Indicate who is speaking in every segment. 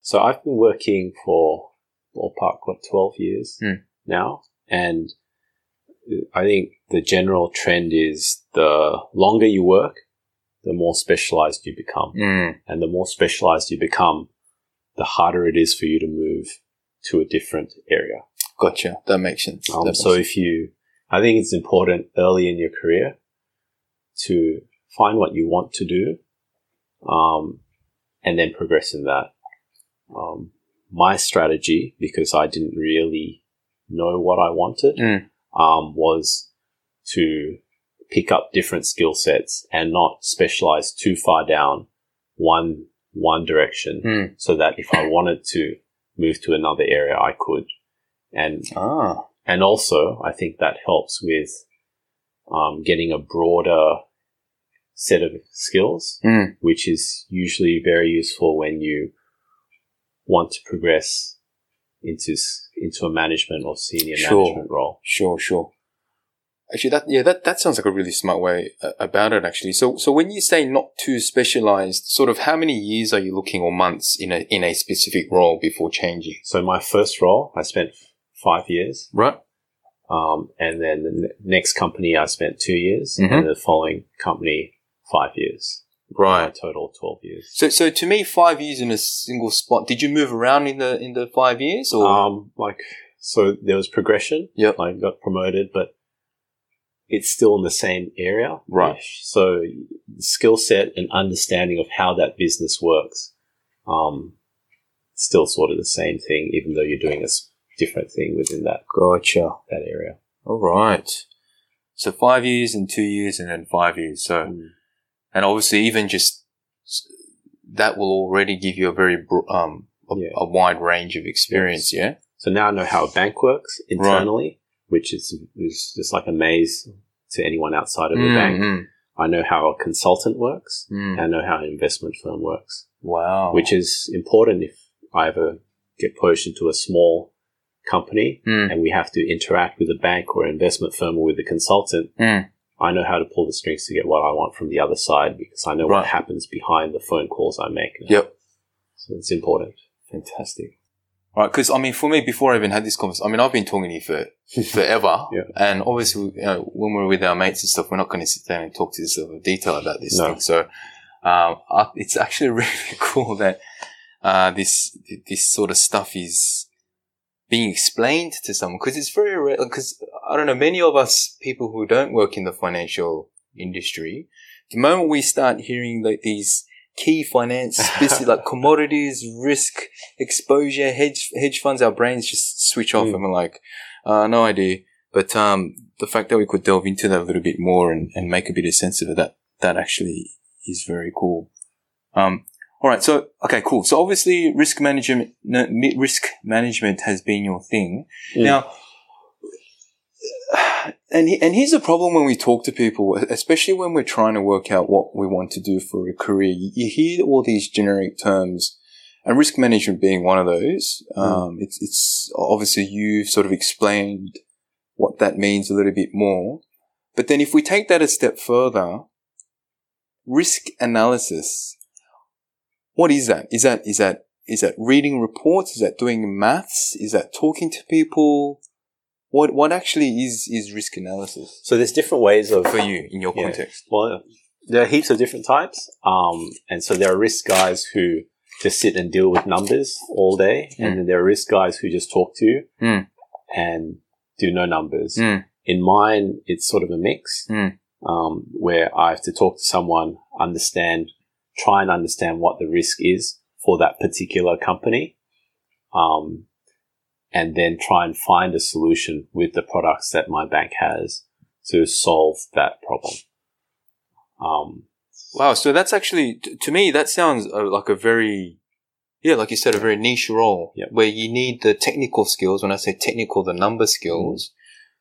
Speaker 1: So I've been working for ballpark what twelve years
Speaker 2: Hmm.
Speaker 1: now, and I think the general trend is the longer you work, the more specialized you become,
Speaker 2: Mm.
Speaker 1: and the more specialized you become, the harder it is for you to move to a different area.
Speaker 2: Gotcha. That makes sense. That
Speaker 1: Um,
Speaker 2: makes
Speaker 1: so
Speaker 2: sense.
Speaker 1: if you, I think it's important early in your career to find what you want to do, um, and then progress in that. Um, my strategy, because I didn't really know what I wanted,
Speaker 2: Mm.
Speaker 1: um, was to pick up different skill sets and not specialize too far down one one direction,
Speaker 2: Mm.
Speaker 1: so that if I wanted to move to another area, I could. And
Speaker 2: Ah.
Speaker 1: and also I think that helps with um, getting a broader set of skills,
Speaker 2: Mm.
Speaker 1: which is usually very useful when you want to progress into s- into a management or senior
Speaker 2: Sure.
Speaker 1: management role.
Speaker 2: Sure, sure. Actually, that yeah, that, that sounds like a really smart way uh, about it. Actually, so so when you say not too specialized, sort of how many years are you looking or months in a in a specific role before changing?
Speaker 1: So my first role, I spent f- five years,
Speaker 2: Right.
Speaker 1: um, and then the ne- next company I spent two years,
Speaker 2: Mhm.
Speaker 1: and the following company five years.
Speaker 2: Right.
Speaker 1: Total twelve years.
Speaker 2: So, so to me, five years in a single spot. Did you move around in the in the five years, or
Speaker 1: Um, like so, there was progression.
Speaker 2: Yep.
Speaker 1: I got promoted, but it's still in the same area,
Speaker 2: Right.
Speaker 1: So, skill set and understanding of how that business works, um, still sort of the same thing, even though you're doing a s- different thing within that
Speaker 2: gotcha?
Speaker 1: that area.
Speaker 2: All right. So five years and two years and then five years. So and obviously even just s- that will already give you a very bro- um a,
Speaker 1: Yeah.
Speaker 2: a wide range of experience. Yeah.
Speaker 1: So now I know how a bank works internally, which is is just like a maze to anyone outside of the bank.
Speaker 2: Mm,
Speaker 1: I know how a consultant works.
Speaker 2: mm, mm.
Speaker 1: and I know how an investment firm works.
Speaker 2: Wow.
Speaker 1: which is important if I ever get pushed into a small company
Speaker 2: Mm,
Speaker 1: and we have to interact with a bank or investment firm or with a consultant.
Speaker 2: mm.
Speaker 1: I know how to pull the strings to get what I want from the other side because I know
Speaker 2: Right.
Speaker 1: what happens behind the phone calls I make.
Speaker 2: Yep.
Speaker 1: So it's important.
Speaker 2: Fantastic. Right, because I mean, for me, before I even had this conversation, I mean, I've been talking to you for forever,
Speaker 1: Yeah.
Speaker 2: and obviously, you know, when we're with our mates and stuff, we're not going to sit down and talk to this level of detail about this
Speaker 1: No.
Speaker 2: thing. So, um, I, it's actually really cool that uh, this this sort of stuff is being explained to someone because it's very rare. Because I don't know, many of us people who don't work in the financial industry, the moment we start hearing like these key finance, specific, like commodities, risk, exposure, hedge hedge funds, our brains just switch off
Speaker 1: Mm.
Speaker 2: and we're like, uh, no idea. But um, the fact that we could delve into that a little bit more and, and make a bit of sense of it, that that actually is very cool. Um, all right, so okay, cool. So obviously, risk management no, mi- risk management has been your thing.
Speaker 1: Mm.
Speaker 2: Now, and he- and here's the problem when we talk to people, especially when we're trying to work out what we want to do for a career. You you hear all these generic terms, and risk management being one of those. Um, it's it's obviously you've sort of explained what that means a little bit more. But then if we take that a step further, risk analysis. What is that? Is that is that is that reading reports? Is that doing maths? Is that talking to people? What what actually is is risk analysis
Speaker 1: So there's different ways of
Speaker 2: for you in your
Speaker 1: Yeah.
Speaker 2: context?
Speaker 1: Well, there are heaps of different types. Um, and so there are risk guys who just sit and deal with numbers all day.
Speaker 2: Mm.
Speaker 1: And then there are risk guys who just talk to you
Speaker 2: Mm.
Speaker 1: and do no numbers.
Speaker 2: Mm.
Speaker 1: In mine, it's sort of a mix
Speaker 2: Mm.
Speaker 1: um, where I have to talk to someone, understand, try and understand what the risk is for that particular company. Um, and then try and find a solution with the products that my bank has to solve that problem. Um,
Speaker 2: Wow, so that's actually t- to me that sounds uh, like a very yeah, like you said, a very niche role
Speaker 1: Yep.
Speaker 2: where you need the technical skills. When I say technical, the number skills,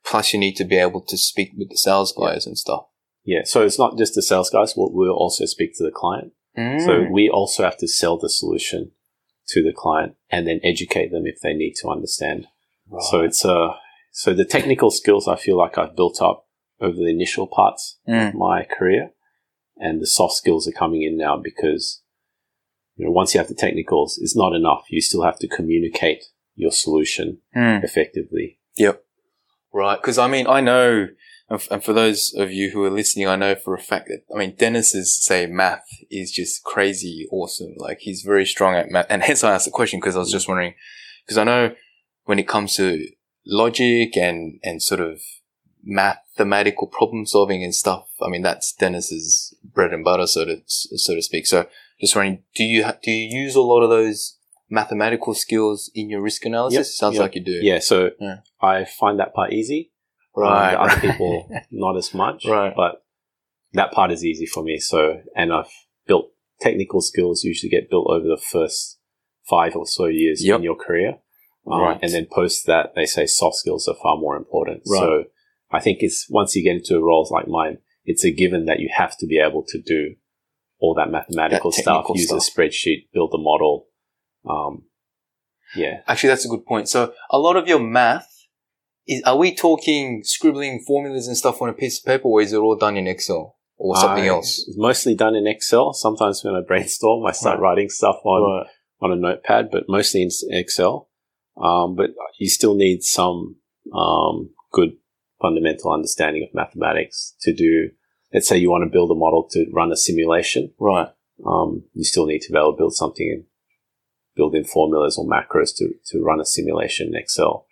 Speaker 1: Mm.
Speaker 2: plus you need to be able to speak with the sales guys and stuff.
Speaker 1: yeah, so it's not just the sales guys. We'll, we'll also speak to the client.
Speaker 2: Mm.
Speaker 1: So we also have to sell the solution to the client and then educate them if they need to understand. So it's uh, so the technical skills I feel like I've built up over the initial parts
Speaker 2: Mm.
Speaker 1: of my career, and the soft skills are coming in now because you know, once you have the technicals, it's not enough. You still have to communicate your solution
Speaker 2: Hmm.
Speaker 1: effectively.
Speaker 2: Yep. Right. Because I mean, I know, and f- and for those of you who are listening, I know for a fact that, I mean, Dennis's, say, math is just crazy awesome. Like, he's very strong at math. And hence I asked the question because I was just wondering, because I know when it comes to logic and, and sort of mathematical problem solving and stuff, I mean, that's Dennis's bread and butter, so to, so to speak. So just wondering, do you, ha- do you use a lot of those mathematical skills in your risk analysis? Sounds
Speaker 1: yep.
Speaker 2: like you do.
Speaker 1: Yeah, so
Speaker 2: Yeah.
Speaker 1: I find that part easy. Um,
Speaker 2: Right.
Speaker 1: the other
Speaker 2: right.
Speaker 1: people, not as much.
Speaker 2: Right.
Speaker 1: But that part is easy for me. So, and I've built technical skills usually get built over the first five or so years
Speaker 2: Yep.
Speaker 1: in your career. Um,
Speaker 2: Right.
Speaker 1: And then post that, they say soft skills are far more important.
Speaker 2: Right.
Speaker 1: So I think it's once you get into roles like mine, it's a given that you have to be able to do all that mathematical stuff,
Speaker 2: technical
Speaker 1: use a
Speaker 2: stuff.
Speaker 1: spreadsheet, build a model. Um, yeah.
Speaker 2: Actually, that's a good point. So a lot of your math is, are we talking scribbling formulas and stuff on a piece of paper or is it all done in Excel or something
Speaker 1: I-
Speaker 2: else?
Speaker 1: It's mostly done in Excel. Sometimes when I brainstorm, I start writing stuff on on a notepad, but mostly in s- Excel. Um, but you still need some um, good fundamental understanding of mathematics to do. Let's say you want to build a model to run a simulation.
Speaker 2: Right.
Speaker 1: Um, you still need to be able to build something and build in formulas or macros to, to run a simulation in Excel.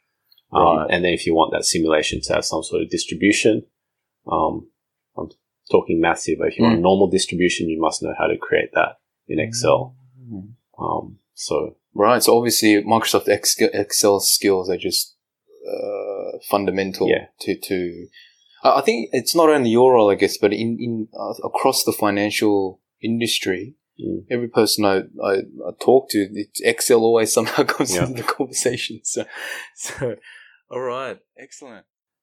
Speaker 1: Um,
Speaker 2: Right.
Speaker 1: And then if you want that simulation to have some sort of distribution, um, I'm talking massive. If you want a normal distribution, you must know how to create that
Speaker 2: Hmm.
Speaker 1: in Excel.
Speaker 2: Mm.
Speaker 1: Um, so
Speaker 2: Right. So obviously Microsoft Ex- Excel skills are just, uh, fundamental
Speaker 1: Yeah.
Speaker 2: to, to, I I think it's not only your role, I guess, but in, in, uh, across the financial industry,
Speaker 1: Mm.
Speaker 2: every person I, I, I talk to, it, Excel always somehow comes
Speaker 1: Yeah.
Speaker 2: into the conversation. So, so, all right. Excellent.